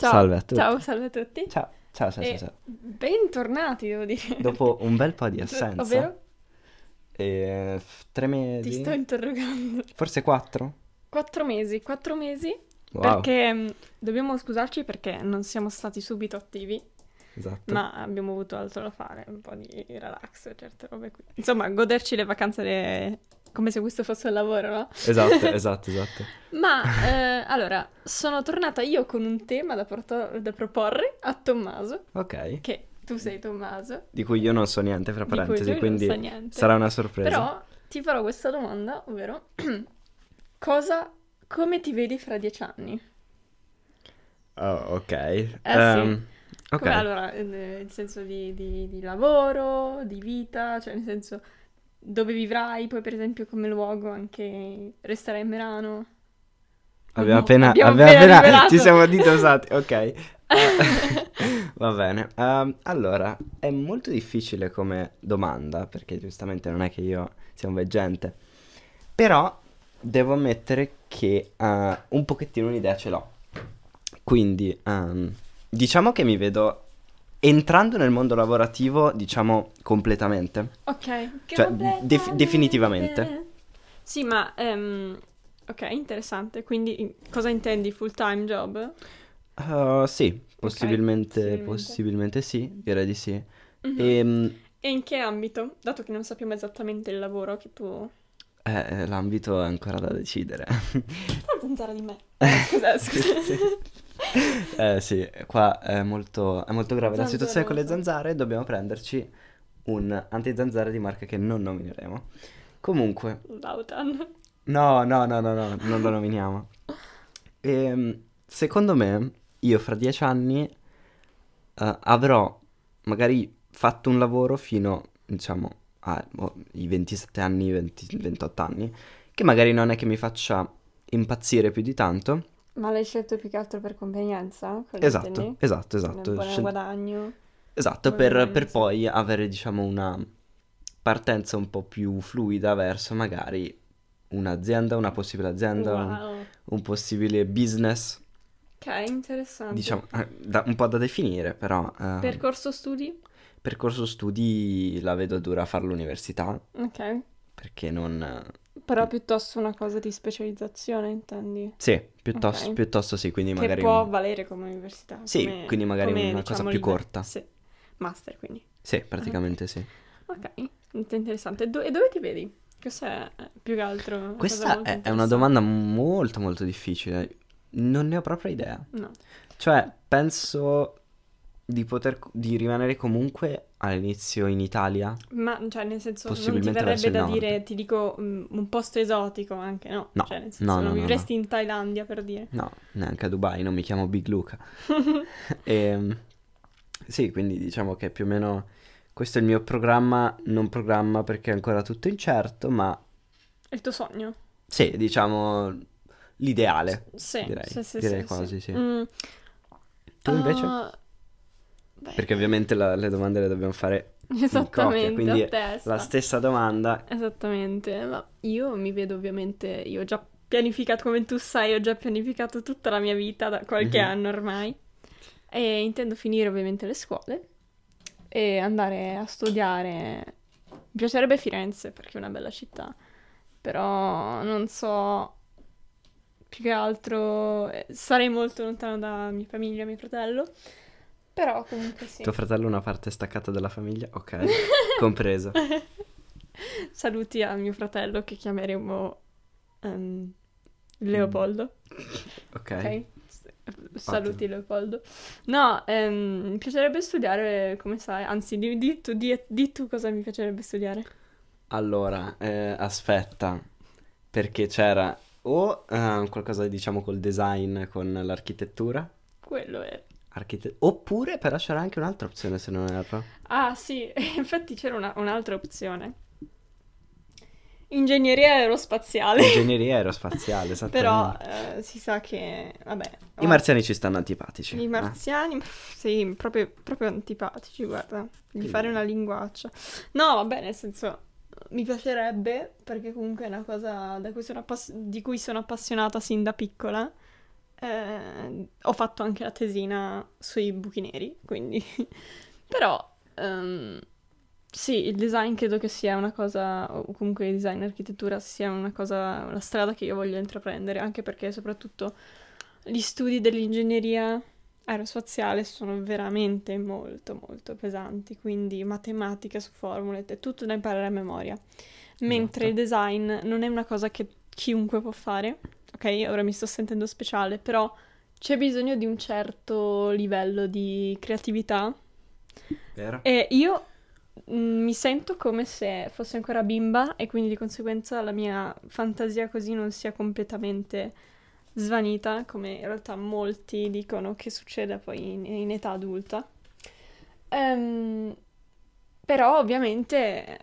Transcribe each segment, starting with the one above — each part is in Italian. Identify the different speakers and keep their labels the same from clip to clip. Speaker 1: Ciao.
Speaker 2: Salve a tutti.
Speaker 1: Ciao, salve a tutti.
Speaker 2: Ciao, ciao, ciao, ciao,
Speaker 1: E
Speaker 2: ciao.
Speaker 1: Bentornati, devo dire.
Speaker 2: Dopo un bel po' di assenza,
Speaker 1: Ovvero,
Speaker 2: eh, f- tre
Speaker 1: ti
Speaker 2: mesi,
Speaker 1: sto interrogando.
Speaker 2: forse quattro?
Speaker 1: Quattro mesi, quattro mesi,
Speaker 2: Wow,
Speaker 1: perché mh, dobbiamo scusarci perché non siamo stati subito attivi,
Speaker 2: esatto.
Speaker 1: ma abbiamo avuto altro da fare, un po' di relax, certe robe qui. Insomma, goderci le vacanze de- come se questo fosse un lavoro, no?
Speaker 2: Esatto, esatto, esatto.
Speaker 1: Ma, eh, allora, sono tornata io con un tema da, porto- da proporre a Tommaso,
Speaker 2: Ok,
Speaker 1: che tu sei Tommaso,
Speaker 2: di cui io non so niente, fra
Speaker 1: di cui
Speaker 2: parentesi,
Speaker 1: lui
Speaker 2: quindi
Speaker 1: non sa niente.
Speaker 2: sarà una sorpresa.
Speaker 1: Però ti farò questa domanda, ovvero cosa, come ti vedi fra dieci anni?
Speaker 2: Oh, ok.
Speaker 1: Eh, sì.
Speaker 2: Ehm, ok,
Speaker 1: Come- allora, eh, in senso di, di- di lavoro, di vita, cioè nel senso dove vivrai, poi per esempio come luogo anche resterai a Merano.
Speaker 2: abbiamo
Speaker 1: no,
Speaker 2: appena,
Speaker 1: abbiamo
Speaker 2: abbiamo
Speaker 1: appena
Speaker 2: appena-
Speaker 1: rivelato.
Speaker 2: ci siamo dita usati, ok. Ah. Va bene, Ehm, allora è molto difficile come domanda perché giustamente non è che io sia un veggente, però devo ammettere che eh, un pochettino un'idea ce l'ho. Quindi ehm, diciamo che mi vedo entrando nel mondo lavorativo, diciamo completamente.
Speaker 1: Ok, che
Speaker 2: Cioè,
Speaker 1: completamente-
Speaker 2: def- definitivamente.
Speaker 1: Sì, ma ehm, ok, interessante. Quindi in- cosa intendi full time job?
Speaker 2: Eh, sì, possibilmente,
Speaker 1: possibilmente.
Speaker 2: possibilmente sì, direi di sì.
Speaker 1: Mhm.
Speaker 2: Ehm,
Speaker 1: E in che ambito? Dato che non sappiamo esattamente il lavoro che tu
Speaker 2: eh, l'ambito è ancora da decidere.
Speaker 1: Fa pensare di me. Scusa, scusa.
Speaker 2: Sì. Eh sì, qua è molto, è molto grave la
Speaker 1: Zanzara,
Speaker 2: situazione con le
Speaker 1: lo so.
Speaker 2: zanzare, dobbiamo prenderci un antizanzare di marca che non nomineremo. Comunque,
Speaker 1: Lautan.
Speaker 2: no, no, no, no, no, non lo nominiamo. Ehm, secondo me, io fra dieci anni eh, avrò magari fatto un lavoro fino, diciamo, ai 27 anni, 20 28 anni, che magari non è che mi faccia impazzire più di tanto.
Speaker 1: Ma l'hai scelto più che altro per convenienza? Quello
Speaker 2: Esatto,
Speaker 1: intendi?
Speaker 2: esatto,
Speaker 1: Un
Speaker 2: esatto.
Speaker 1: buon
Speaker 2: Scel-
Speaker 1: guadagno.
Speaker 2: Esatto,
Speaker 1: Come
Speaker 2: per,
Speaker 1: guadagno,
Speaker 2: per
Speaker 1: sì.
Speaker 2: poi avere, diciamo, una partenza un po' più fluida verso magari un'azienda, una possibile azienda, un,
Speaker 1: Wow.
Speaker 2: un possibile business,
Speaker 1: Ok, interessante.
Speaker 2: diciamo, eh, da- un po' da definire, però eh,
Speaker 1: Percorso studi?
Speaker 2: percorso studi la vedo dura a fare l'università,
Speaker 1: Ok.
Speaker 2: perché non... eh,
Speaker 1: Però piuttosto una cosa di specializzazione, intendi?
Speaker 2: Sì, piuttosto,
Speaker 1: Ok.
Speaker 2: piuttosto sì, quindi
Speaker 1: Che
Speaker 2: magari...
Speaker 1: può
Speaker 2: un-
Speaker 1: valere come università.
Speaker 2: Sì,
Speaker 1: come-
Speaker 2: quindi magari
Speaker 1: come,
Speaker 2: una
Speaker 1: diciamo,
Speaker 2: cosa più
Speaker 1: libe-
Speaker 2: corta.
Speaker 1: Sì. Master, quindi.
Speaker 2: Sì, praticamente sì.
Speaker 1: Ok, molto interessante. Do- e dove ti vedi? Questa è eh, più che altro una cosa
Speaker 2: Questa
Speaker 1: molto
Speaker 2: è- è una
Speaker 1: interessante.
Speaker 2: domanda molto molto difficile, non ne ho proprio idea.
Speaker 1: No.
Speaker 2: Cioè, penso di poter di rimanere comunque all'inizio in Italia.
Speaker 1: Ma, cioè, nel senso, non ti
Speaker 2: Possibilmente verso
Speaker 1: verrebbe
Speaker 2: il
Speaker 1: da
Speaker 2: nord.
Speaker 1: dire, ti dico, mm, un posto esotico anche, no?
Speaker 2: No,
Speaker 1: Cioè, nel
Speaker 2: no,
Speaker 1: senso,
Speaker 2: no,
Speaker 1: non
Speaker 2: no,
Speaker 1: vivresti in Thailandia, per dire.
Speaker 2: No, neanche a Dubai, non mi chiamo Big Luca. Ehm, sì, quindi diciamo che più o meno questo è il mio programma, non programma perché è ancora tutto incerto, ma
Speaker 1: È il tuo sogno?
Speaker 2: sì, diciamo l'ideale.
Speaker 1: Sì,
Speaker 2: Direi-
Speaker 1: sì, sì,
Speaker 2: direi
Speaker 1: sì,
Speaker 2: quasi, sì.
Speaker 1: Mm.
Speaker 2: Tu invece?
Speaker 1: Ah, beh,
Speaker 2: Perché ovviamente la- le domande le dobbiamo fare
Speaker 1: Esattamente,
Speaker 2: quindi
Speaker 1: a testa.
Speaker 2: la stessa domanda.
Speaker 1: Esattamente, ma io mi vedo ovviamente, io ho già pianificato, come tu sai, ho già pianificato tutta la mia vita da qualche
Speaker 2: Mhm.
Speaker 1: anno ormai e intendo finire ovviamente le scuole e andare a studiare. Mi piacerebbe Firenze perché è una bella città, però non so, più che altro eh, sarei molto lontano da mia famiglia, mio fratello, però comunque sì.
Speaker 2: Tuo fratello è una parte staccata della famiglia? Ok, compreso.
Speaker 1: Saluti a mio fratello che chiameremo ehm, Leopoldo.
Speaker 2: Mm, Ok.
Speaker 1: Ok? S- Saluti Leopoldo. No, ehm, mi piacerebbe studiare, come sai, anzi, di, di tu, di- di tu cosa mi piacerebbe studiare.
Speaker 2: Allora, eh, aspetta, perché c'era o eh, qualcosa diciamo col design, con l'architettura,
Speaker 1: Quello è.
Speaker 2: archite- oppure però c'era anche un'altra opzione se non erro.
Speaker 1: Ah, sì, infatti c'era una- un'altra opzione. Ingegneria aerospaziale.
Speaker 2: Ingegneria aerospaziale,
Speaker 1: Però
Speaker 2: esattamente.
Speaker 1: eh, si sa che, vabbè,
Speaker 2: I marziani ci stanno antipatici.
Speaker 1: I
Speaker 2: eh.
Speaker 1: marziani, pff, sì, proprio, proprio antipatici, guarda, di
Speaker 2: Sì.
Speaker 1: fare una linguaccia. No, vabbè, nel senso, mi piacerebbe, perché comunque è una cosa da cui sono appass- di cui sono appassionata sin da piccola, eh, ho fatto anche la tesina sui buchi neri, quindi... Però ehm, sì, il design credo che sia una cosa, o comunque il design e l'architettura sia una cosa, una strada che io voglio intraprendere, anche perché soprattutto gli studi dell'ingegneria aerospaziale sono veramente molto molto pesanti, quindi matematica su formule, è tutto da imparare a memoria. Mentre il design non è una cosa che chiunque può fare, ok? Ora mi sto sentendo speciale, però c'è bisogno di un certo livello di creatività
Speaker 2: eh, Vero?
Speaker 1: e io mh, mi sento come se fossi ancora bimba e quindi di conseguenza la mia fantasia così non sia completamente svanita, come in realtà molti dicono che succeda poi in, in età adulta. Ehm, però ovviamente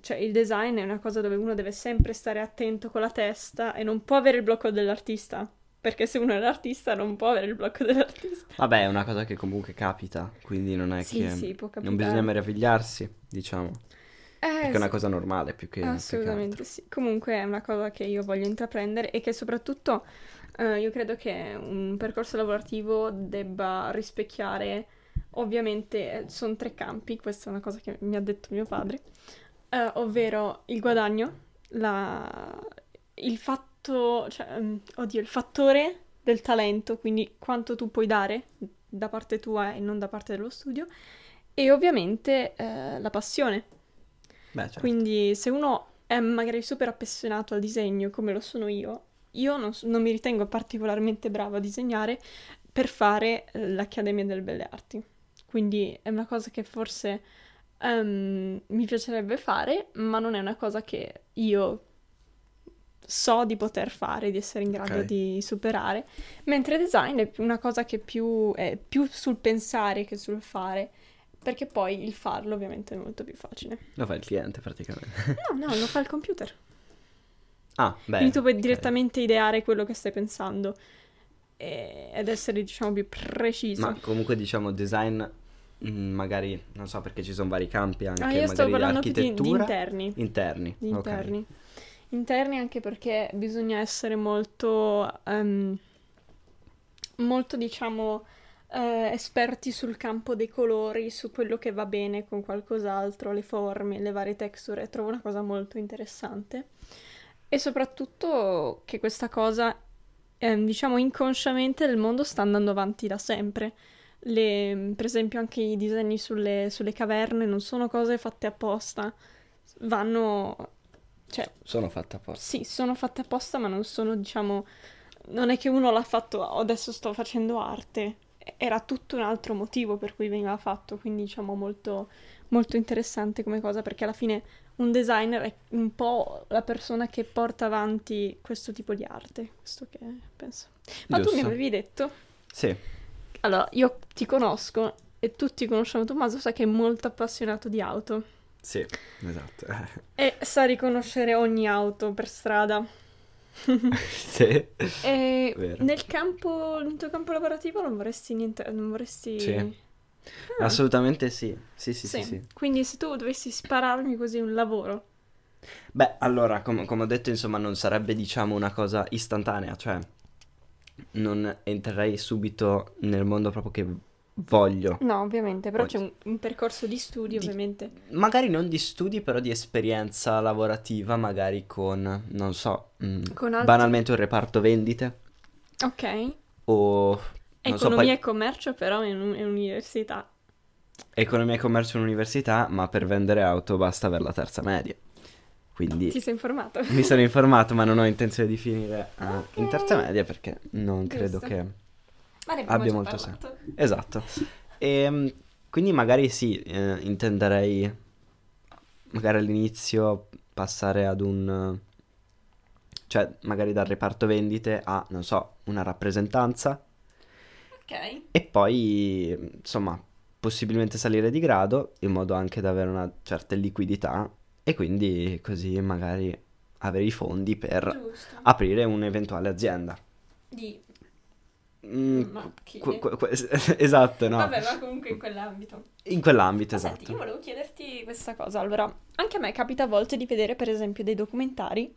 Speaker 1: cioè, il design è una cosa dove uno deve sempre stare attento con la testa e non può avere il blocco dell'artista, perché se uno è l'artista non può avere il blocco dell'artista.
Speaker 2: Vabbè, è una cosa che comunque capita, quindi non è
Speaker 1: Sì,
Speaker 2: che...
Speaker 1: sì, può
Speaker 2: non bisogna
Speaker 1: capitare.
Speaker 2: meravigliarsi, diciamo,
Speaker 1: Eh,
Speaker 2: perché è una cosa normale più che... più che altro.
Speaker 1: Assolutamente sì, comunque è una cosa che io voglio intraprendere e che soprattutto eh, io credo che un percorso lavorativo debba rispecchiare, ovviamente sono tre campi, questa è una cosa che mi ha detto mio padre, eh, ovvero il guadagno, la- il fatto, cioè, mm, oddio, il fattore del talento, quindi quanto tu puoi dare da parte tua e non da parte dello studio, e ovviamente eh, la passione.
Speaker 2: Beh, certo.
Speaker 1: Quindi se uno è magari super appassionato al disegno, come lo sono io, io non, so- non mi ritengo particolarmente brava a disegnare per fare eh, l'Accademia delle Belle Arti. Quindi è una cosa che forse ehm, mi piacerebbe fare, ma non è una cosa che io so di poter fare, di essere in grado
Speaker 2: Ok.
Speaker 1: di superare, mentre design è più- una cosa che più è più sul pensare che sul fare, perché poi il farlo ovviamente è molto più facile.
Speaker 2: Lo fa il cliente praticamente.
Speaker 1: No, no, lo fa il computer.
Speaker 2: ah, beh.
Speaker 1: Quindi tu puoi
Speaker 2: ok.
Speaker 1: direttamente ideare quello che stai pensando e- ed essere, diciamo, più preciso.
Speaker 2: Ma comunque diciamo design, mh, magari, non so perché ci sono vari campi anche,
Speaker 1: Ah, io sto
Speaker 2: magari
Speaker 1: parlando più di, di
Speaker 2: architettura,
Speaker 1: interni.
Speaker 2: interni.
Speaker 1: Di
Speaker 2: ok.
Speaker 1: interni. Interni anche perché bisogna essere molto, ehm, molto diciamo, eh, esperti sul campo dei colori, su quello che va bene con qualcos'altro, le forme, le varie texture. Trovo una cosa molto interessante. E soprattutto che questa cosa, ehm, diciamo, inconsciamente nel mondo sta andando avanti da sempre. Le- per esempio anche i disegni sulle, sulle caverne non sono cose fatte apposta, vanno... cioè,
Speaker 2: Sono fatta apposta.
Speaker 1: sì, sono fatte apposta, ma non sono, diciamo, non è che uno l'ha fatto, "Oh, adesso sto facendo arte. Era tutto un altro motivo per cui veniva fatto, quindi diciamo molto, molto interessante come cosa, perché alla fine un designer è un po' la persona che porta avanti questo tipo di arte, questo che penso. Ma tu mi
Speaker 2: Giusto.
Speaker 1: avevi detto,
Speaker 2: Sì.
Speaker 1: allora io ti conosco e tutti conosciamo Tommaso, sai che è molto appassionato di auto
Speaker 2: Sì, esatto.
Speaker 1: e sa riconoscere ogni auto per strada.
Speaker 2: sì.
Speaker 1: E
Speaker 2: Vero.
Speaker 1: nel campo, nel tuo campo lavorativo non vorresti niente, non vorresti...
Speaker 2: Sì.
Speaker 1: Ah,
Speaker 2: Assolutamente sì. Sì, sì, sì,
Speaker 1: sì.
Speaker 2: sì.
Speaker 1: Quindi se tu dovessi spararmi così un lavoro,
Speaker 2: Beh, allora, com- come ho detto, insomma, non sarebbe, diciamo, una cosa istantanea, cioè non entrerei subito nel mondo proprio che voglio.
Speaker 1: no, ovviamente, però
Speaker 2: Poi-
Speaker 1: c'è un, un percorso di
Speaker 2: Di-
Speaker 1: studi, ovviamente.
Speaker 2: Magari non di studi, però di esperienza lavorativa, magari con, non so, mm,
Speaker 1: Con altri-
Speaker 2: banalmente un reparto vendite
Speaker 1: Ok.
Speaker 2: o... Non so,
Speaker 1: Economia
Speaker 2: poi
Speaker 1: e commercio però è, un- è un'università.
Speaker 2: economia e commercio in università, ma per vendere auto basta avere la terza media. Quindi
Speaker 1: Ti sei informato?
Speaker 2: mi sono informato, ma non ho intenzione di finire eh, in
Speaker 1: Ok.
Speaker 2: terza media perché non credo
Speaker 1: Giusto.
Speaker 2: che...
Speaker 1: Ma ne
Speaker 2: Abbia
Speaker 1: abbiamo già
Speaker 2: molto
Speaker 1: parlato.
Speaker 2: Esatto. Ehm, quindi magari sì, eh, intenderei magari all'inizio passare ad un... cioè magari dal reparto vendite a, non so, una rappresentanza
Speaker 1: Ok.
Speaker 2: e poi, insomma, possibilmente salire di grado in modo anche da avere una certa liquidità e quindi così magari avere i fondi per
Speaker 1: Giusto.
Speaker 2: aprire un'eventuale azienda.
Speaker 1: Di...
Speaker 2: Mm,
Speaker 1: Ma chi?
Speaker 2: que- que- que- esatto, no.
Speaker 1: Vabbè, ma comunque in quell'ambito.
Speaker 2: In quell'ambito,
Speaker 1: Ma
Speaker 2: esatto.
Speaker 1: Senti, io volevo chiederti questa cosa. Allora, anche a me capita a volte di vedere, per esempio, dei documentari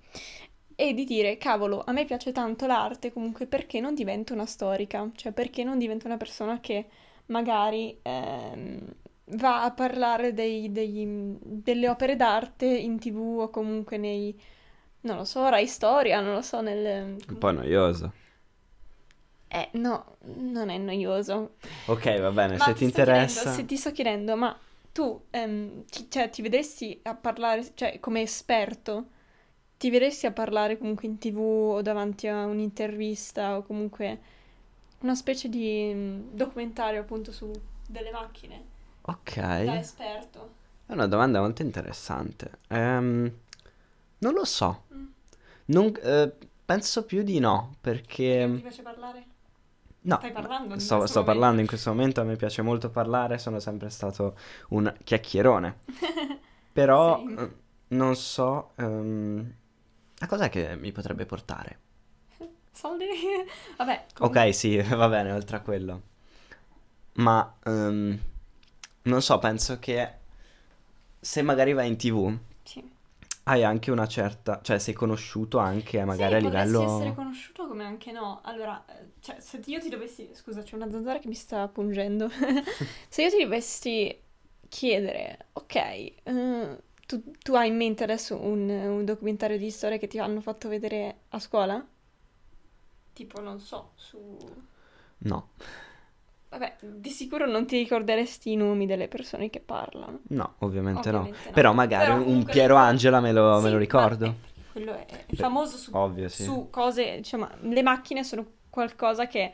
Speaker 1: e di dire, cavolo, a me piace tanto l'arte, comunque perché non divento una storica? Cioè perché non divento una persona che magari ehm, va a parlare dei- degli- delle opere d'arte in tv o comunque nei, non lo so, Rai Storia, non lo so, nel...
Speaker 2: Un po' noioso.
Speaker 1: Eh, no, non è noioso.
Speaker 2: Ok, va bene,
Speaker 1: Ma
Speaker 2: Eh, se ti
Speaker 1: sto chiedendo-
Speaker 2: interessa.
Speaker 1: se ti sto chiedendo, ma tu ehm, ti, cioè, ti vedresti a parlare, cioè come esperto, ti vedresti a parlare comunque in tv o davanti a un'intervista o comunque una specie di mm, documentario appunto su delle macchine
Speaker 2: Ok.
Speaker 1: da esperto?
Speaker 2: È una domanda molto interessante. Ehm, non lo so.
Speaker 1: Mm.
Speaker 2: Non- eh, penso più di no,
Speaker 1: Ti
Speaker 2: perché...
Speaker 1: piace parlare?
Speaker 2: No,
Speaker 1: Stai parlando? in
Speaker 2: sto,
Speaker 1: questo
Speaker 2: sto
Speaker 1: momento?
Speaker 2: parlando in questo momento, a me piace molto parlare, sono sempre stato un chiacchierone. Però
Speaker 1: Sì.
Speaker 2: eh, non so... ehm, a cos'è che mi potrebbe portare?
Speaker 1: Soldi? Vabbè. comunque-
Speaker 2: Ok, sì, va bene, oltre a quello. Ma ehm, non so, penso che se magari vai in TV
Speaker 1: Sì.
Speaker 2: hai anche una certa, cioè sei conosciuto anche Eh, magari a
Speaker 1: sì, potresti
Speaker 2: livello
Speaker 1: essere conosciuto come anche no. Allora, eh, cioè, se io ti dovessi... Scusa, c'è una zanzara che mi sta pungendo. se io ti dovessi chiedere, ok, eh, tu, tu hai in mente adesso un, un documentario di storia che ti hanno fatto vedere a scuola? Tipo, non so, su...
Speaker 2: No,
Speaker 1: Vabbè, di sicuro non ti ricorderesti i nomi delle persone che parlano.
Speaker 2: no, ovviamente,
Speaker 1: Ovviamente
Speaker 2: no.
Speaker 1: no.
Speaker 2: Però magari
Speaker 1: Però
Speaker 2: un
Speaker 1: comunque-
Speaker 2: Piero Angela me lo, me
Speaker 1: Sì,
Speaker 2: lo
Speaker 1: ma-
Speaker 2: ricordo.
Speaker 1: eh, quello è, è famoso su
Speaker 2: Ovvio, sì.
Speaker 1: su cose, diciamo, le macchine sono qualcosa che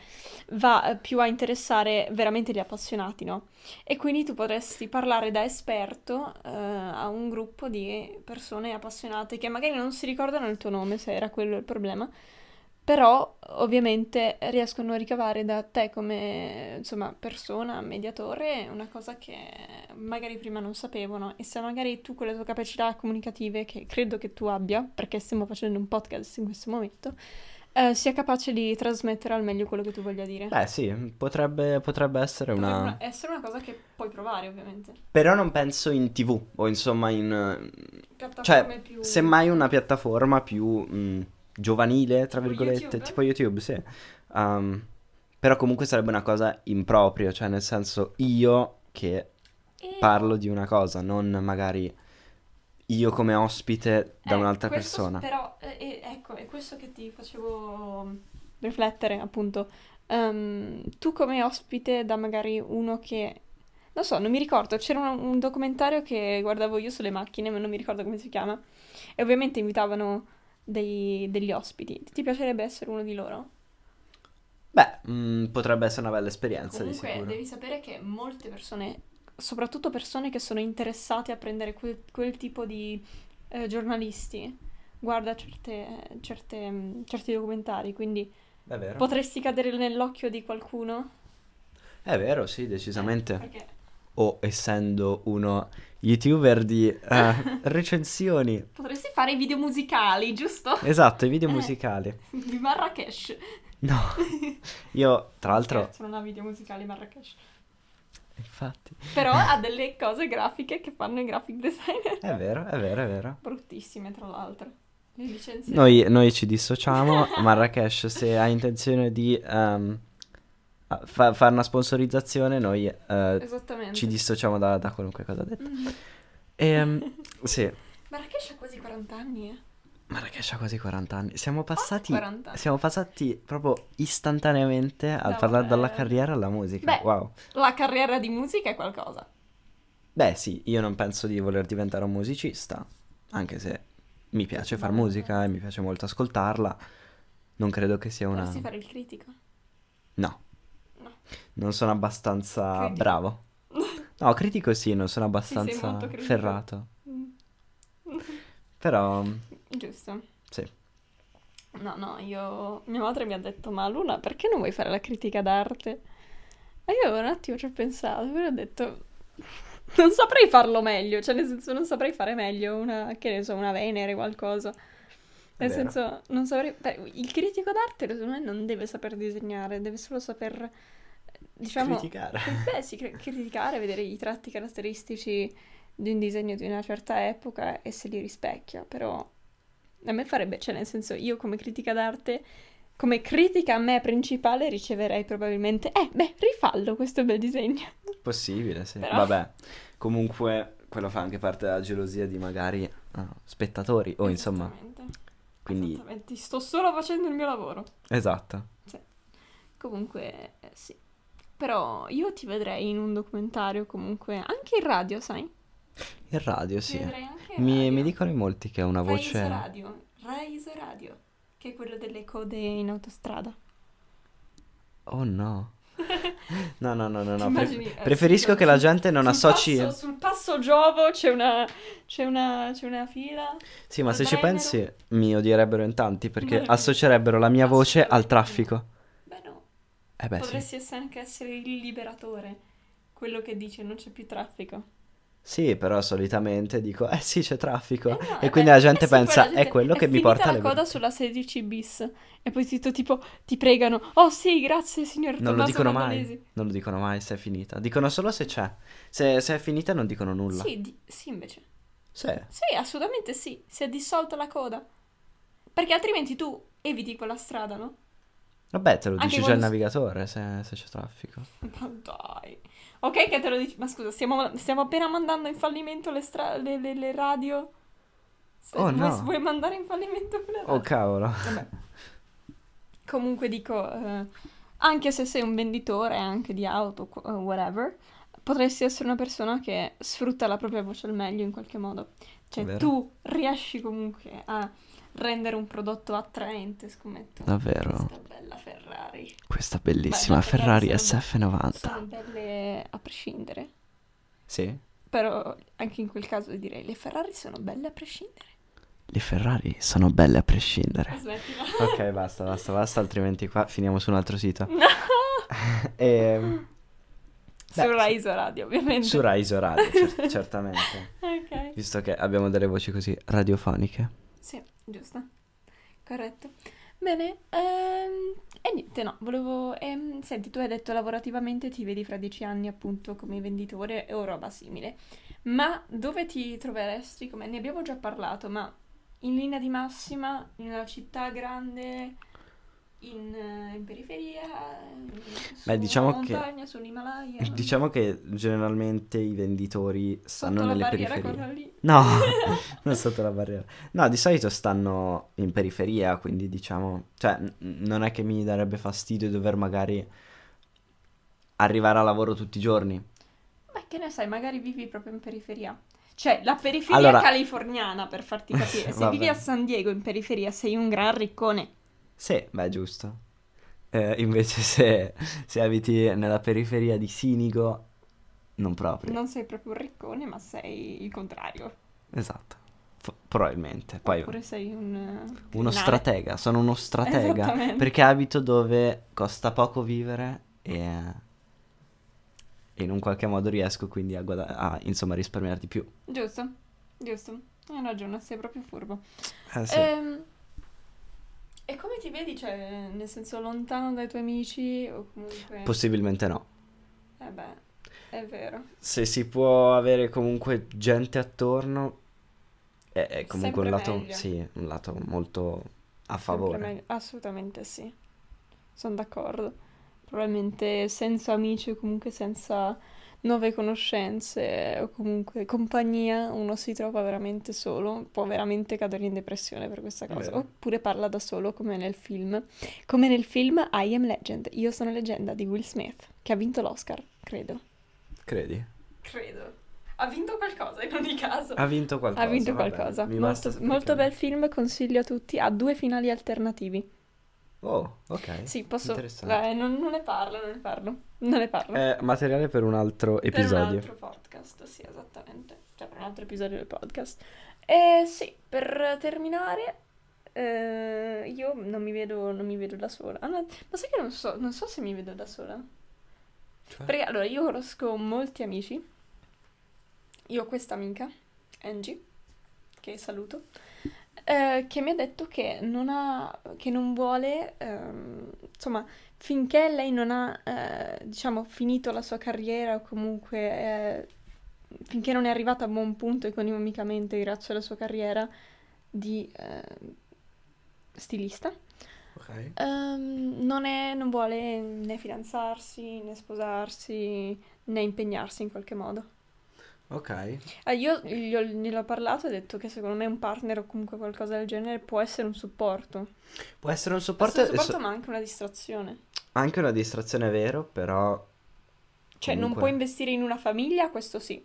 Speaker 1: va eh, più a interessare veramente gli appassionati, no? E quindi tu potresti parlare da esperto eh, a un gruppo di persone appassionate che magari non si ricordano il tuo nome, se era quello il problema, però ovviamente riescono a ricavare da te come, insomma, persona, mediatore, una cosa che magari prima non sapevano e se magari tu con le tue capacità comunicative che credo che tu abbia, perché stiamo facendo un podcast in questo momento, eh, sia capace di trasmettere al meglio quello che tu voglia dire.
Speaker 2: Bbeh, sì, potrebbe, potrebbe essere
Speaker 1: Potrebbe
Speaker 2: una...
Speaker 1: una- essere una cosa che puoi provare, ovviamente.
Speaker 2: Però non penso in TV, o insomma in... eh,
Speaker 1: Piattaforme
Speaker 2: Cioè,
Speaker 1: più...
Speaker 2: semmai una piattaforma più mh, giovanile, tra
Speaker 1: Tipo
Speaker 2: virgolette,
Speaker 1: YouTube?
Speaker 2: tipo YouTube, sì. Um, però comunque sarebbe una cosa impropria, cioè nel senso io che
Speaker 1: Eh,
Speaker 2: parlo di una cosa, non magari io come ospite da
Speaker 1: eh,
Speaker 2: un'altra
Speaker 1: questo
Speaker 2: persona.
Speaker 1: Però, eh, eh, ecco, è questo che ti facevo mm, riflettere, appunto. Ehm, tu come ospite da magari uno che... Non so, non mi ricordo, c'era un, un documentario che guardavo io sulle macchine, ma non mi ricordo come si chiama. E ovviamente invitavano dei- degli ospiti. Ti piacerebbe essere uno di loro?
Speaker 2: Beh, mh, potrebbe essere una bella esperienza
Speaker 1: Comunque
Speaker 2: di sicuro.
Speaker 1: devi sapere che molte persone, soprattutto persone che sono interessate a prendere quel, quel tipo di eh, giornalisti, guarda certe- certe, mh, certi documentari, quindi
Speaker 2: È vero?
Speaker 1: potresti cadere nell'occhio di qualcuno.
Speaker 2: È vero, sì, decisamente.
Speaker 1: Perché
Speaker 2: O essendo uno youtuber di eh, recensioni.
Speaker 1: potresti fare i video musicali, giusto?
Speaker 2: Esatto, i video
Speaker 1: Eh.
Speaker 2: musicali.
Speaker 1: Di Marrakesh.
Speaker 2: No, io tra l'altro...
Speaker 1: Scherzo, non ha video musicali Marrakesh.
Speaker 2: Infatti.
Speaker 1: Però ha delle cose grafiche che fanno i graphic designer.
Speaker 2: È vero, è vero, è vero.
Speaker 1: Bruttissime, tra l'altro. Le licenze.
Speaker 2: Noi, noi ci dissociamo. Marrakesh, se hai intenzione di ehm, a- fa- fare una sponsorizzazione, noi eh,
Speaker 1: Esattamente.
Speaker 2: ci dissociamo da, da qualunque cosa detta.
Speaker 1: Mm.
Speaker 2: Ehm, sì,
Speaker 1: Marrakesh ha quasi 40 anni, eh.
Speaker 2: Marrakesh ha quasi 40 anni. Siamo passati,
Speaker 1: 40 anni.
Speaker 2: siamo passati proprio istantaneamente al
Speaker 1: Da-
Speaker 2: parlare dalla
Speaker 1: eh,
Speaker 2: carriera alla musica.
Speaker 1: beh.
Speaker 2: Wow.
Speaker 1: La carriera di musica è qualcosa.
Speaker 2: Beh, sì, io non penso di voler diventare un musicista, anche se mi piace far musica e mi piace molto ascoltarla. Non credo che sia una...
Speaker 1: Dovresti fare il critico.
Speaker 2: No.
Speaker 1: No.
Speaker 2: Non sono abbastanza
Speaker 1: Critico.
Speaker 2: bravo. No, critico sì, non sono
Speaker 1: sei
Speaker 2: abbastanza
Speaker 1: molto critico.
Speaker 2: ferrato.
Speaker 1: Mm,
Speaker 2: Però, mm,
Speaker 1: Giusto.
Speaker 2: sì.
Speaker 1: No, no, io... Mia madre mi ha detto, ma Luna, perché non vuoi fare la critica d'arte? E io un attimo ci ho pensato, poi ho detto... Non saprei farlo meglio, cioè nel senso non saprei fare meglio una, che ne so, una Venere, qualcosa. Nel
Speaker 2: vero.
Speaker 1: senso, non saprei... beh, il critico d'arte, secondo me, non deve saper disegnare, deve solo saper, diciamo...
Speaker 2: Criticare.
Speaker 1: Beh, sì, cri- criticare, vedere i tratti caratteristici di un disegno di una certa epoca e se li rispecchia, però A me farebbe, cioè nel senso io come critica d'arte, come critica a me principale riceverei probabilmente, eh beh, rifallo questo bel disegno.
Speaker 2: Possibile, sì.
Speaker 1: Però-
Speaker 2: Vabbè, comunque quello fa anche parte della gelosia di magari ah, spettatori
Speaker 1: Esatto.
Speaker 2: o insomma,
Speaker 1: Esattamente.
Speaker 2: quindi
Speaker 1: Esattamente, sto solo facendo il mio lavoro.
Speaker 2: esatto.
Speaker 1: Comunque, eh, sì. Però io ti vedrei in un documentario comunque, anche in radio, sai?
Speaker 2: Il radio, sì.
Speaker 1: Ti vedrei anche in
Speaker 2: Mi,
Speaker 1: radio.
Speaker 2: mi dicono in molti che ha una
Speaker 1: Rise
Speaker 2: voce
Speaker 1: Radio, Rise Radio, che è quello delle code in autostrada.
Speaker 2: Oh no. No, no, no, no,
Speaker 1: Ti
Speaker 2: no. pre-
Speaker 1: immagini, eh,
Speaker 2: preferisco
Speaker 1: sul-
Speaker 2: che la gente non
Speaker 1: sul
Speaker 2: associ
Speaker 1: passo- sul passo Giovo c'è una, c'è una, c'è una fila.
Speaker 2: Sì, ma
Speaker 1: sul
Speaker 2: se ci
Speaker 1: Brennero.
Speaker 2: pensi mi odierebbero in tanti perché
Speaker 1: Madonna.
Speaker 2: associerebbero la mia voce al
Speaker 1: Assolutamente
Speaker 2: traffico.
Speaker 1: Beh no,
Speaker 2: Eh beh, sì.
Speaker 1: potresti ess- anche essere il liberatore, quello che dice non c'è più traffico.
Speaker 2: Sì, però solitamente dico "Eh sì, c'è traffico"
Speaker 1: Eh no,
Speaker 2: e
Speaker 1: eh
Speaker 2: quindi
Speaker 1: beh,
Speaker 2: la gente
Speaker 1: eh sì, poi
Speaker 2: pensa
Speaker 1: la gente-
Speaker 2: "È quello che mi
Speaker 1: finita
Speaker 2: porta
Speaker 1: la
Speaker 2: alle
Speaker 1: coda
Speaker 2: voci".
Speaker 1: sulla 16 bis e poi tutto tipo ti pregano "Oh sì, grazie signor
Speaker 2: Non lo
Speaker 1: Tommaso
Speaker 2: dicono
Speaker 1: Mandolesi."
Speaker 2: mai, non lo dicono mai se è finita. Dicono solo se c'è. Se, se è finita non dicono nulla.
Speaker 1: Sì, di- sì invece.
Speaker 2: Sì.
Speaker 1: Sì, assolutamente sì, si è dissolta la coda. Perché altrimenti tu eviti quella strada, no?
Speaker 2: Vabbè, te lo
Speaker 1: Anche
Speaker 2: dice già il
Speaker 1: quando-
Speaker 2: navigatore se, se c'è traffico.
Speaker 1: Ma dai. Ok che te lo dici, ma scusa, stiamo, stiamo appena mandando in fallimento le, stra- le, le- le radio. Stai-
Speaker 2: Oh,
Speaker 1: vuoi,
Speaker 2: no.
Speaker 1: vuoi mandare in fallimento quella radio?
Speaker 2: Oh cavolo.
Speaker 1: Vabbè. Comunque dico, eh, anche se sei un venditore, anche di auto, qu- eh, whatever, potresti essere una persona che sfrutta la propria voce al meglio in qualche modo. Cioè,
Speaker 2: Vero.
Speaker 1: tu riesci comunque a rendere un prodotto attraente, scommetto.
Speaker 2: Davvero.
Speaker 1: Questa bella Ferrari.
Speaker 2: Questa
Speaker 1: Beh,
Speaker 2: bellissima
Speaker 1: no, perché
Speaker 2: Ferrari
Speaker 1: sono- Sono
Speaker 2: SF90.
Speaker 1: belle a prescindere.
Speaker 2: Sì.
Speaker 1: Però anche in quel caso direi, le Ferrari sono belle a prescindere.
Speaker 2: Le Ferrari sono belle a prescindere.
Speaker 1: Smettila.
Speaker 2: Ok, basta, basta, basta, altrimenti qua finiamo su un altro sito.
Speaker 1: No!
Speaker 2: Ehm,
Speaker 1: Su
Speaker 2: Beh,
Speaker 1: Raiso Radio, ovviamente.
Speaker 2: su Rai Radio, cer- certamente.
Speaker 1: Ok.
Speaker 2: Visto che abbiamo delle voci così radiofoniche.
Speaker 1: Sì, giusto. Corretto. Bene, ehm, e niente, no, volevo... ehm, senti, tu hai detto lavorativamente ti vedi fra dieci anni appunto come venditore o roba simile, ma dove ti troveresti? Come ne abbiamo già parlato, ma in linea di massima, in una città grande, in, eh, in periferia, eh, su
Speaker 2: Beh, diciamo
Speaker 1: una
Speaker 2: che-
Speaker 1: montagna, sull'Himalaya,
Speaker 2: Diciamo che generalmente i venditori
Speaker 1: sotto
Speaker 2: stanno
Speaker 1: la
Speaker 2: nelle
Speaker 1: barriera
Speaker 2: periferie.
Speaker 1: quella lì.
Speaker 2: No, non sotto la barriera. No, di solito stanno in periferia, quindi diciamo, cioè, n- non è che mi darebbe fastidio dover magari arrivare a lavoro tutti i giorni.
Speaker 1: Ma che ne sai, magari vivi proprio in periferia. Cioè, la periferia
Speaker 2: Allora-
Speaker 1: californiana, per farti capire. Se
Speaker 2: Vabbè.
Speaker 1: vivi a San Diego in periferia, sei un gran riccone.
Speaker 2: Sì, beh, giusto. Eh, invece se, se abiti nella periferia di Sinigo, non proprio.
Speaker 1: Non sei proprio un riccone, ma sei il contrario.
Speaker 2: Esatto. F- probabilmente. Poi
Speaker 1: Oppure sei un... eh,
Speaker 2: uno
Speaker 1: criminale.
Speaker 2: stratega, sono uno stratega
Speaker 1: Esattamente.
Speaker 2: perché abito dove costa poco vivere e e in un qualche modo riesco quindi a, guada- a, insomma risparmiare di più.
Speaker 1: Giusto, giusto. Hai ragione, sei proprio furbo.
Speaker 2: Eh
Speaker 1: Ehm, e come ti vedi? Cioè, nel senso, lontano dai tuoi amici o comunque...
Speaker 2: Possibilmente no.
Speaker 1: eh beh, è vero.
Speaker 2: Se si può avere comunque gente attorno è, è comunque un
Speaker 1: Sempre
Speaker 2: lato
Speaker 1: meglio.
Speaker 2: sì, un lato molto a
Speaker 1: Sempre
Speaker 2: favore.
Speaker 1: meglio. Assolutamente sì, sono d'accordo. Probabilmente senza amici o comunque senza nuove conoscenze o comunque compagnia uno si trova veramente solo, può veramente cadere in depressione per questa cosa,
Speaker 2: vero.
Speaker 1: oppure parla da solo come nel film. Come nel film I Am Legend, Io sono leggenda di Will Smith, che ha vinto l'Oscar, credo.
Speaker 2: Credi?
Speaker 1: Credo. Ha vinto qualcosa in ogni caso.
Speaker 2: Ha vinto qualcosa.
Speaker 1: Ha vinto
Speaker 2: va bene.
Speaker 1: qualcosa.
Speaker 2: Mi
Speaker 1: Molto,
Speaker 2: basta
Speaker 1: molto
Speaker 2: perché-
Speaker 1: bel film, consiglio a tutti. Ha due finali alternativi.
Speaker 2: Oh, ok.
Speaker 1: Sì, posso.
Speaker 2: Interessante.
Speaker 1: Beh, non, non ne parlo, non ne parlo. Non ne parlo.
Speaker 2: È materiale per un altro
Speaker 1: Per un
Speaker 2: episodio.
Speaker 1: altro podcast, sì, esattamente. Cioè, per un altro episodio del podcast. E sì, per terminare, eh, io non mi vedo, non mi vedo da sola. Ah, no, ma sai che non so, non so se mi vedo da sola.
Speaker 2: Cioè?
Speaker 1: Perché allora io conosco molti amici. Io ho questa amica, Angie, che saluto, eh, che mi ha detto che non ha, che non vuole, ehm, insomma, finché lei non ha, eh, diciamo, finito la sua carriera o comunque eh, finché non è arrivata a buon punto economicamente grazie alla sua carriera, di eh, stilista.
Speaker 2: Ok.
Speaker 1: Ehm, non, è- non vuole né fidanzarsi, né sposarsi, né impegnarsi in qualche modo.
Speaker 2: Ok.
Speaker 1: Ah, io gli ho- gliel'ho parlato e ho detto che secondo me un partner o comunque qualcosa del genere può essere un supporto.
Speaker 2: Può essere un
Speaker 1: Può
Speaker 2: supporto,
Speaker 1: essere un supporto
Speaker 2: so-
Speaker 1: ma anche una distrazione.
Speaker 2: anche una distrazione, vero, però...
Speaker 1: Cioè, non
Speaker 2: Comunque.
Speaker 1: puoi investire in una famiglia, questo sì,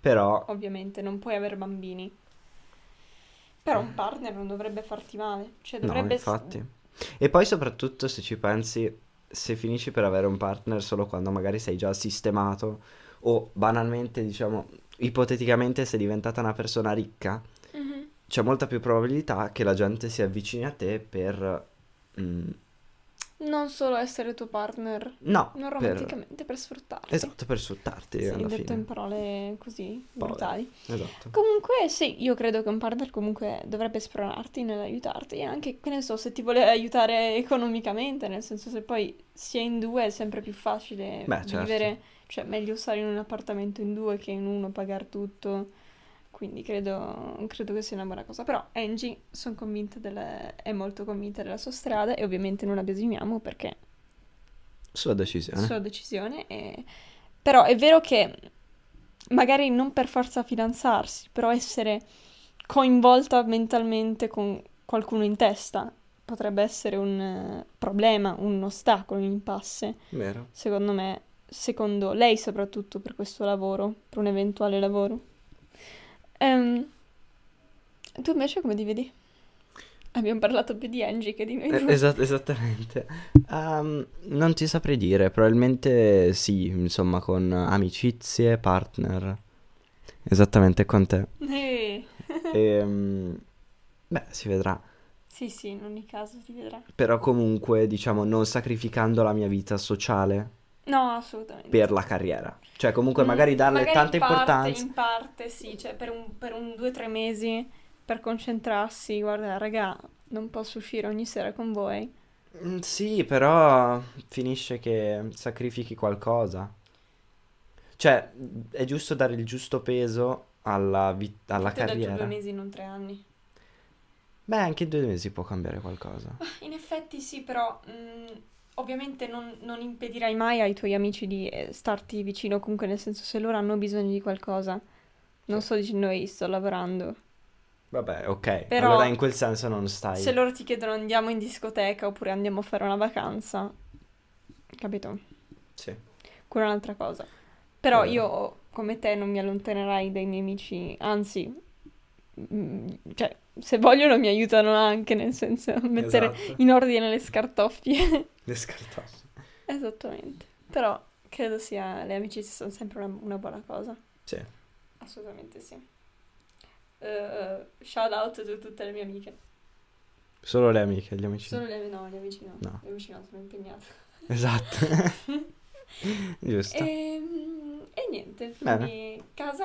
Speaker 2: Però...
Speaker 1: ovviamente, non puoi avere bambini. Però un partner non dovrebbe farti male, cioè dovrebbe...
Speaker 2: No, infatti. E poi soprattutto se ci pensi, se finisci per avere un partner solo quando magari sei già sistemato o banalmente, diciamo, ipoteticamente sei diventata una persona ricca,
Speaker 1: Mhm.
Speaker 2: c'è molta più probabilità che la gente si avvicini a te per... mm,
Speaker 1: Non solo essere tuo partner,
Speaker 2: no,
Speaker 1: non
Speaker 2: per...
Speaker 1: romanticamente, per, sfruttarti.
Speaker 2: Esatto, per sfruttarti
Speaker 1: Sì,
Speaker 2: alla
Speaker 1: detto
Speaker 2: fine.
Speaker 1: in parole così
Speaker 2: Povero.
Speaker 1: brutali.
Speaker 2: Esatto.
Speaker 1: Comunque, sì, io credo che un partner comunque dovrebbe spronarti nell'aiutarti e anche, che ne so, se ti vuole aiutare economicamente, nel senso se poi si è in due è sempre più facile
Speaker 2: Beh, certo.
Speaker 1: vivere, cioè meglio stare in un appartamento in due che in uno, pagar tutto, quindi credo, credo che sia una buona cosa. Però Angie, sono convinta della- è molto convinta della sua strada e ovviamente non la besimiamo perché
Speaker 2: Sua decisione.
Speaker 1: sua decisione. e- Però è vero che magari non per forza fidanzarsi, però essere coinvolta mentalmente con qualcuno in testa potrebbe essere un eh, problema, un ostacolo, un impasse,
Speaker 2: Vero.
Speaker 1: secondo me, secondo lei soprattutto per questo lavoro, per un eventuale lavoro. Ehm, tu invece come ti vedi? Abbiamo parlato più di Angie che di noi.
Speaker 2: Eh,
Speaker 1: due.
Speaker 2: esat- esattamente. Ehm, non ti saprei dire, probabilmente sì, insomma, con amicizie, partner. Esattamente con te.
Speaker 1: Eh,
Speaker 2: Ehm, beh, si vedrà.
Speaker 1: Sì, sì, in ogni caso si vedrà.
Speaker 2: Però comunque, diciamo, non sacrificando la mia vita sociale
Speaker 1: No, assolutamente.
Speaker 2: per la carriera. Cioè, comunque,
Speaker 1: Mm,
Speaker 2: magari darle
Speaker 1: magari
Speaker 2: tanta
Speaker 1: in parte-
Speaker 2: importanza.
Speaker 1: In parte sì, cioè per un, per un due o tre mesi per concentrarsi, guarda, raga, non posso uscire ogni sera con voi.
Speaker 2: Mm, Sì, però finisce che sacrifichi qualcosa. Cioè, è giusto dare il giusto peso alla, vi- alla
Speaker 1: Ti ho detto due
Speaker 2: carriera.
Speaker 1: mesi, non tre anni.
Speaker 2: Beh, anche in due mesi può cambiare qualcosa.
Speaker 1: In effetti sì, però mm, ovviamente non, non impedirai mai ai tuoi amici di eh, starti vicino, comunque nel senso se loro hanno bisogno di qualcosa. Non
Speaker 2: Sì.
Speaker 1: sto dicendo noi sto lavorando.
Speaker 2: Vabbè, ok.
Speaker 1: Però-
Speaker 2: Allora in quel senso non stai.
Speaker 1: Se loro ti chiedono andiamo in discoteca oppure andiamo a fare una vacanza, capito?
Speaker 2: Sì.
Speaker 1: quella è un'altra cosa. Però
Speaker 2: Eh.
Speaker 1: io, come te, non mi allontanerai dai miei amici, anzi, mm, cioè, se vogliono mi aiutano anche, nel senso, a mettere
Speaker 2: Esatto.
Speaker 1: in ordine le scartoffie.
Speaker 2: Le scartoffie.
Speaker 1: Esattamente. Però credo sia, le amicizie sono sempre una, una buona cosa.
Speaker 2: Sì.
Speaker 1: Assolutamente sì. Eh, shout out a tutte le mie amiche.
Speaker 2: Solo le amiche, gli amici.
Speaker 1: Solo le, no, le amici no.
Speaker 2: No.
Speaker 1: Le amici no, sono impegnata.
Speaker 2: Esatto. Giusto.
Speaker 1: Ehm, E, niente,
Speaker 2: Bene.
Speaker 1: quindi casa,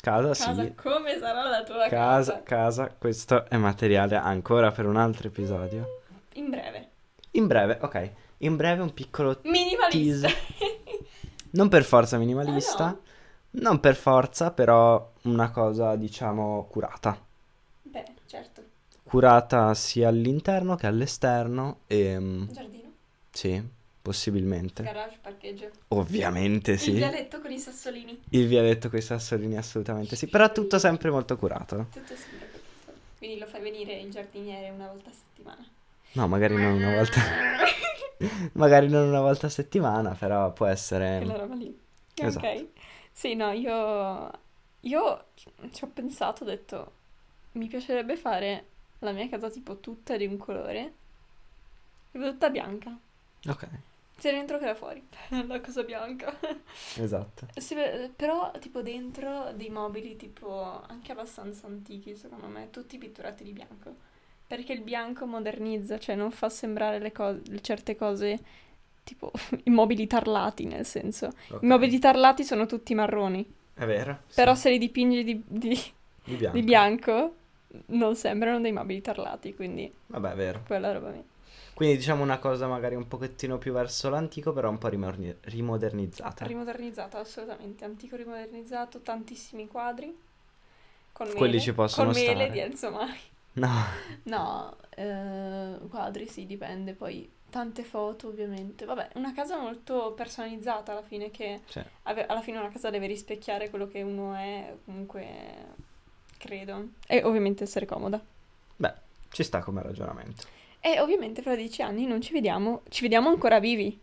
Speaker 2: Casa,
Speaker 1: casa,
Speaker 2: sì.
Speaker 1: come sarà la tua
Speaker 2: Casa, casa. Questo è materiale ancora per un altro episodio.
Speaker 1: In breve.
Speaker 2: In breve, ok. In breve un piccolo
Speaker 1: Minimalista.
Speaker 2: Non per forza minimalista,
Speaker 1: Ah, no?
Speaker 2: non per forza, però una cosa, diciamo, curata.
Speaker 1: Beh, certo.
Speaker 2: Mm. Curata sia all'interno che all'esterno e mm,
Speaker 1: Giardino,
Speaker 2: sì, possibilmente.
Speaker 1: garage, parcheggio.
Speaker 2: Ovviamente
Speaker 1: Il
Speaker 2: Eh sì.
Speaker 1: vialetto con i sassolini.
Speaker 2: Il vialetto con i sassolini assolutamente sì, però tutto sempre molto curato.
Speaker 1: Tutto sempre perfetto. Quindi lo fai venire il giardiniere una volta a settimana.
Speaker 2: No, magari non una volta, magari non una volta a settimana, però può essere
Speaker 1: Quella roba lì. Ok.
Speaker 2: Ehm, Esatto.
Speaker 1: Sì, no, io... Io ci ho pensato, ho detto... Mi piacerebbe fare la mia casa tipo tutta di un colore. Tipo tutta bianca.
Speaker 2: Ok,
Speaker 1: Sia dentro che da fuori. La cosa bianca.
Speaker 2: esatto.
Speaker 1: Sì, beh, però tipo dentro dei mobili tipo anche abbastanza antichi secondo me, tutti pitturati di bianco, perché il bianco modernizza, cioè non fa sembrare le cose, certe cose tipo i mobili tarlati nel senso.
Speaker 2: ok.
Speaker 1: I mobili tarlati sono tutti marroni,
Speaker 2: È vero. Ecco. sì,
Speaker 1: però se li dipingi di, di-
Speaker 2: di
Speaker 1: di
Speaker 2: bianco.
Speaker 1: bianco non sembrano dei mobili tarlati, quindi
Speaker 2: Vabbè, è vero.
Speaker 1: quella roba lì.
Speaker 2: Quindi diciamo una cosa magari un pochettino più verso l'antico, però un po' rimorni- rimodernizzata.
Speaker 1: Rimodernizzato, assoludamente, antico rimodernizzato, tantissimi quadri. Con
Speaker 2: Quelli
Speaker 1: mele,
Speaker 2: ci possono
Speaker 1: con mele
Speaker 2: stare.
Speaker 1: di Enzo Mari.
Speaker 2: No.
Speaker 1: No, eh, quadri sì, dipende, poi tante foto ovviamente. Vabbè, una casa molto personalizzata alla fine, che
Speaker 2: Cioè,
Speaker 1: ave- alla fine una casa deve rispecchiare quello che uno è, comunque, credo. E ovviamente essere comoda.
Speaker 2: beh, ci sta come ragionamento.
Speaker 1: E ovviamente fra dieci anni non ci vediamo, ci vediamo ancora vivi.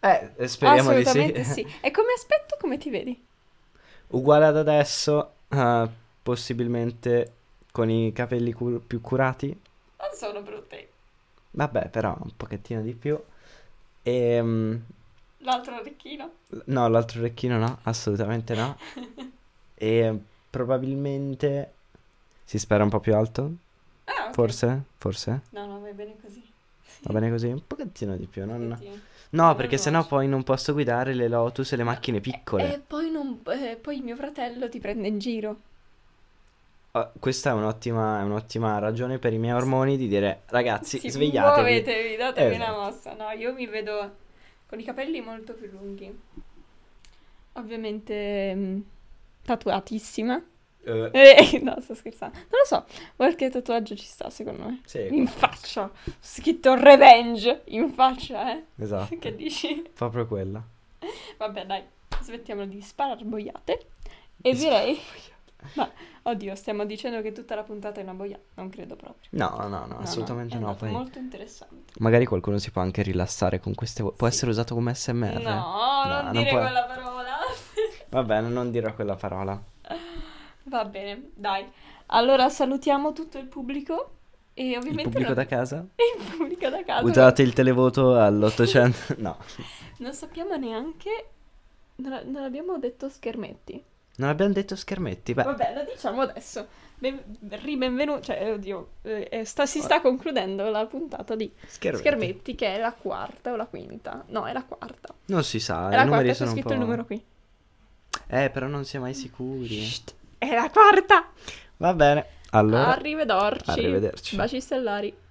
Speaker 2: Eh, eh, speriamo di sì.
Speaker 1: Assolutamente sì. E come aspetto, come ti vedi?
Speaker 2: Uguale ad adesso, eh, possibilmente con i capelli cu- più curati.
Speaker 1: Non sono brutte.
Speaker 2: Vabbè, però un pochettino di più. Ehm,
Speaker 1: L'altro orecchino.
Speaker 2: no, l'altro orecchino no, assolutamente no. E probabilmente si spera un po' più alto,
Speaker 1: Ah, ok.
Speaker 2: forse, forse.
Speaker 1: No, no, va bene così.
Speaker 2: Va bene così, un pochettino di più, non...
Speaker 1: Oddio.
Speaker 2: No, perché
Speaker 1: Non
Speaker 2: sennò
Speaker 1: oggi.
Speaker 2: poi non posso guidare le Lotus e le macchine piccole.
Speaker 1: E Eh, poi, non, eh, poi mio fratello ti prende in giro.
Speaker 2: Oh, questa è un'ottima, è un'ottima ragione per i miei ormoni di dire, ragazzi,
Speaker 1: Sì,
Speaker 2: svegliatevi.
Speaker 1: Muovetevi, datevi
Speaker 2: Esatto.
Speaker 1: una mossa. No, io mi vedo con i capelli molto più lunghi. Ovviamente mm, tatuatissima.
Speaker 2: Eh,
Speaker 1: Eh, no, sto scherzando. Non lo so, qualche tatuaggio ci sta secondo me.
Speaker 2: sì,
Speaker 1: In faccia. Scritto revenge in faccia, eh.
Speaker 2: esatto,
Speaker 1: Che dici?
Speaker 2: proprio quella.
Speaker 1: Vabbè, dai, smettiamo di sparare boiate. E direi... Ma, oddio, stiamo dicendo che tutta la puntata è una boiata. Non credo proprio.
Speaker 2: No, no, no, assolutamente
Speaker 1: è
Speaker 2: no.
Speaker 1: andato
Speaker 2: Poi
Speaker 1: molto interessante.
Speaker 2: magari qualcuno si può anche rilassare con queste... vo- Può
Speaker 1: Sì.
Speaker 2: essere usato come SMR.
Speaker 1: No,
Speaker 2: eh. No,
Speaker 1: non
Speaker 2: non
Speaker 1: dire
Speaker 2: può-
Speaker 1: quella parola.
Speaker 2: Va bene, non dirò quella parola.
Speaker 1: Va bene, dai. Allora salutiamo tutto il pubblico e
Speaker 2: Il
Speaker 1: ovviamente
Speaker 2: pubblico
Speaker 1: non-
Speaker 2: da casa?
Speaker 1: il pubblico da casa.
Speaker 2: Usate il televoto all'800... no,
Speaker 1: Non sappiamo neanche non, non abbiamo detto schermetti.
Speaker 2: non abbiamo detto schermetti. Beh,
Speaker 1: Vabbè, lo diciamo adesso. Ben... Ribenvenuto, cioè oddio, eh, eh, sta- si sta concludendo la puntata di
Speaker 2: schermetti.
Speaker 1: Schermetti che è la quarta o la quinta. No, è la quarta.
Speaker 2: Non si sa,
Speaker 1: è la
Speaker 2: i
Speaker 1: quarta,
Speaker 2: numeri
Speaker 1: c'è
Speaker 2: sono un
Speaker 1: scritto
Speaker 2: po'...
Speaker 1: il numero qui.
Speaker 2: Eh, però non si è mai sicuri.
Speaker 1: Shht, è la quarta.
Speaker 2: Va bene, allora...
Speaker 1: Arrivederci.
Speaker 2: Arrivederci.
Speaker 1: Baci stellari.